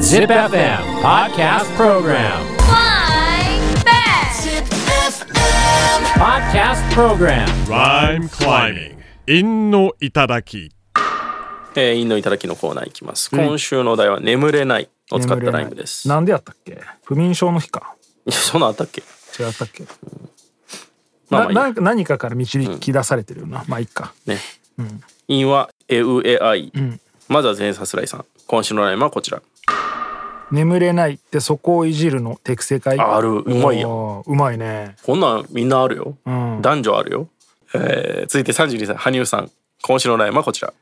Zip FM Podcast Program. Flying back. Podcast Program. Rhyme climbing. 陰の頂き。えー、陰のいただきのコーナーいきます。今週のお題は眠れないを使ったライムです。いなんでやったっけ不眠症の日かや、 そんなんあったっけ。違ったっけまあまあいいななんか何かから導き出されてるよな、まあいいかね。陰はえうえあい。まずは全さすらいさん。今週のライムはこちら。眠れないってそこをいじるの適正解あるうまいやんおーうまいねこんなんみんなあるよ。ん男女あるよ。えー、続いて三十二歳羽生さん。今週のライムはこちら。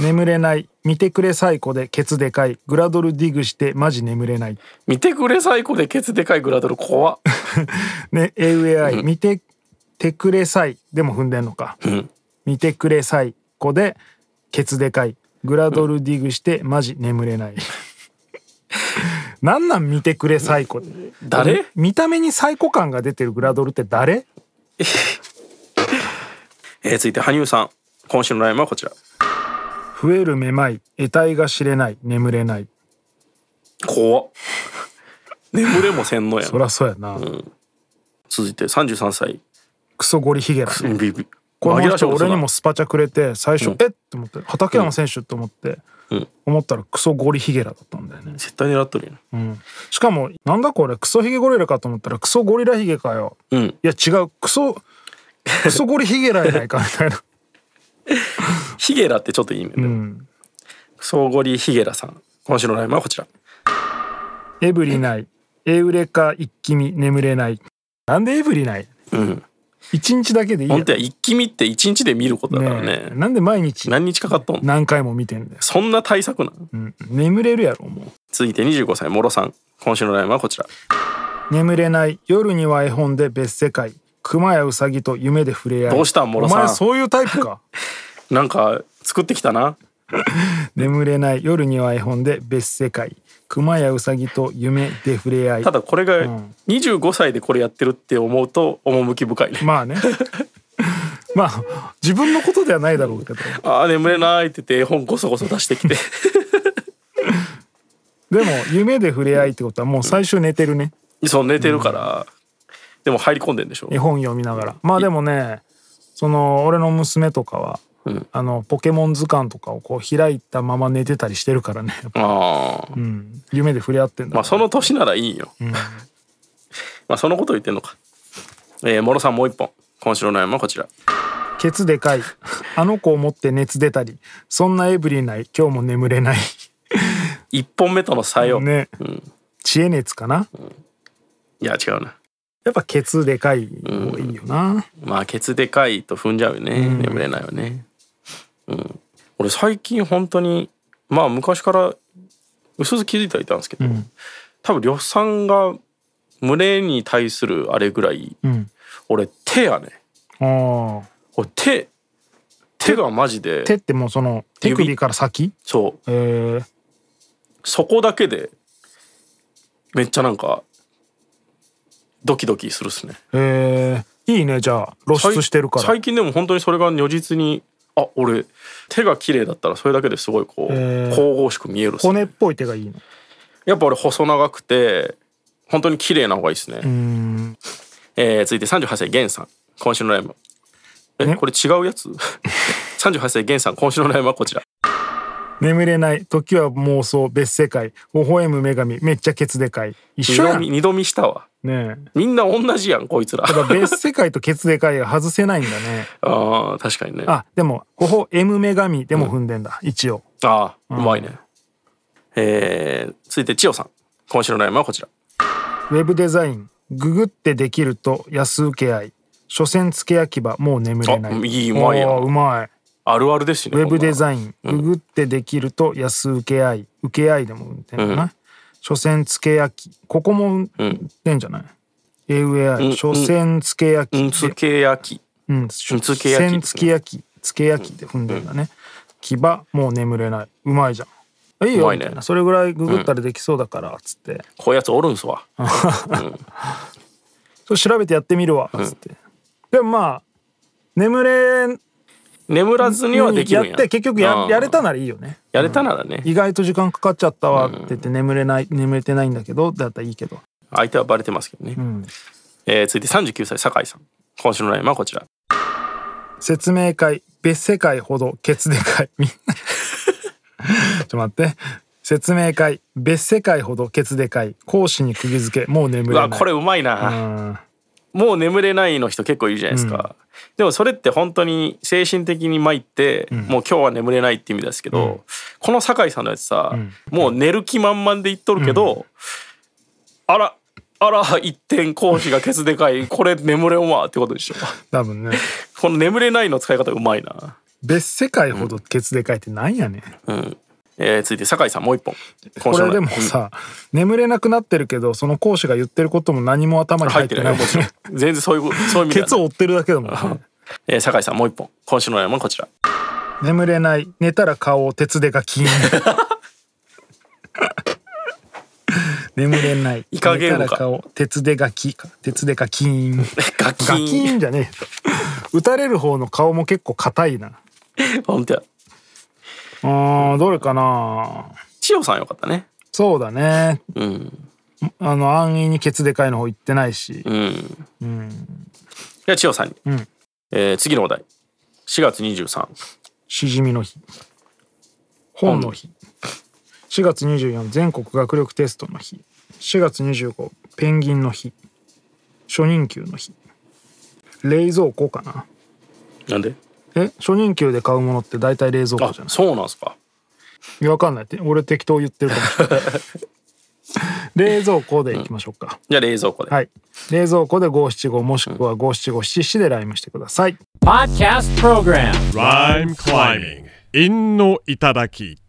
眠れない見てくれ最古でケツでかいグラドルディグしてマジ眠れない見てくれ最高でケツでかいグラドル怖 っ。ね AUAI 見ててくれさいでも踏んでんのか見てくれさい子でケツでかいグラドルディグしてマジ眠れないなんなん見てくれ最古で誰？見た目に最古感が出てるグラドルって誰えー、続いて羽生さん。今週のライムはこちら。増えるめまい得体が知れない眠れない怖っ。眠れもせんのやんそ。りゃそうやな、続いて三十三歳。クソゴリヒゲラビビ。こ紛らのわしい人ことす俺るなにもスパチャくれて最う初、んえっと思って畠山選手と思って、うん思ったらクソゴリヒゲラだったんだよね、絶対狙っとるやん。うんしかもなんだこれクソヒゲゴリラかと思ったらクソゴリラヒゲかようん。いや違う クソクソゴリヒゲラやないかみたいなヒゲラってちょっといいね。うんクソゴリヒゲラさん。今週のライブはこちら。エブリないエウレカ一気見眠れないなんでエブリないうん。一日だけでいいや本当は一気見って一日で見ることだからね。えなんで毎日何日かかっとんの何回も見てんだよ、そんな対策なんうん、眠れるやろもう続いて25歳、モロさん。今週のライブはこちら。眠れない夜には絵本で別世界熊やウサギと夢で触れ合いどうしたんモロさんお前そういうタイプ かなんか、作ってきたな。眠れない夜には絵本で別世界熊やウサギと夢で触れ合いただこれうがん、 25歳でこれやってるって思うと、趣深いね。まあね まあ自分のことではないだろうけどああ、眠れないって言って、絵本こそこそ出して きて。でも夢で触れ合いってことはもう最初寝てるねそう、寝てるから。でも入り込んでんでしょ絵。本読みながらまあでもねその俺の娘とかは、うんあのポケモン図鑑とかをこう開いたまま寝てたりしてるからね、ああう。ん、夢で触れ合ってんだまあ、その年ならいいよ。まあ、そのこと言ってんのか。えー、モロさんもう一本。今週の悩みはこちら。ケツでかい。あの子を持って熱出たり。そんなエブリィない。今日も眠れない。一本目との差よ。ね。うん。知恵熱かな。いや、違うな。やっぱケツでかい方がいいよな。まあ、ケツでかいと踏んじゃうよね。眠れないよね。うん。俺、最近本当に、まあ、昔から、うすうす気づいてはいたんですけど、うん多分、呂布さんが胸に対するあれぐらい、うん。俺、手やね。ああ。俺、手。手がマジで手、ってもうその手首指から先そう、えー、そこだけで、めっちゃなんか、ドキドキするっすね。えー、いいね。じゃあ露出してるか最ら。最近でも本当にそれが如実にあ俺手が綺麗だったらそれだけですごいこう、へー神々しく見えるっすね骨っぽい手がいいの。やっぱ俺細長くて本当に綺麗な方がいいですね、うん。えー続いて38歳ゲンさん今週のライブえ、ねこれ違うや つ38歳ゲンさん今週のライブはこちら眠れない。時は妄想。別世界。微笑む女神。めっちゃケツでかい。一二緒や度ん。見ね二度見したわえ。みんな同じやんこいつらやっぱ別世界とケツでかいが外せないんだ ね。あー確かにねああ、でも、ここ M 女神でも踏んでんだ、一応。あーうまいね、えー続いて千代さん今週のライブはこちらウェブデザイン、ググってできると安請け合い。所詮付け焼き場、もう眠れなあい。いいうまいやんおーうまい。あるあるですしねウェブデインザイン、ググってできると安請け合い。請け合いでも踏んでんだな。所詮付け焼き。ここも踏んでんじゃない、え上合うんい。所詮付け焼き。うんつけ焼きうん、つけ焼き千つけ焼き、つけ焼きって踏んでんだね。牙、もう眠れない。うまいじゃん。あいいうよまいみねたいな、それぐらいググったらできそうだからっつって、こういうやつおるんすわそれ調べてやってみるわっつって、でもまあ眠れ眠らずにはできるんややって結局やうんやれたならいいよねやれたならね意外と時間かかっちゃったわって言って眠れない眠れてないんだけどだったらいいけど相手はバレてますけどね、んえー続いて39歳酒井さん今週のラインはこちら説明会別世界ほどケツでかいみん なちょっと待って説明会別世界ほどケツでかい講師に釘付けもう眠うれなわいこれうまいな、もう眠れないの人結構いるじゃないですか、でもそれって本当に精神的に参って、もう今日は眠れないって意味ですけど、この酒井さんのやつさ、もう寝る気満々で言っとるけど、あらあら一点講師がケツでかいこれ眠れんわってことでしょ多分ねこの眠れないの使い方うまいな、別世界ほどケツでかいってなんやねんうんえー続いて酒井さんもう一本今こ週のれでもさ、眠れなくなってるけどその講師が言ってることも何も頭に入入っっててるないよもちろん全然そういうそういう意味ケだツを追ってるだけだ もんね、えー酒井さんもう一本今週の悩みはこちら眠れない寝たら顔を鉄で がキーン眠れないイカゲームか寝たら顔鉄でがキか鉄でがキーン ガキガキーンーンじゃねえ打たれる方の顔も結構硬いな本当やうーんどれかな千代さんよかったねそうだねうんあの安易にケツでかいの方行ってないしうんじゃあ千代さんに、えー次のお題4月23しじみの日本の日4月24全国学力テストの日4月25ペンギンの日初任給の日冷蔵庫かななんでえ初任給で買うものって大体冷蔵庫あじゃないそうなんすかいやわかんないって俺適当言ってるかもしれない冷蔵庫でいきましょうか、じゃあ冷蔵庫で、はい冷蔵庫で五七五もしくは五七五七七でライムしてください Podcast Program Rhyme climbing. 陰の頂き。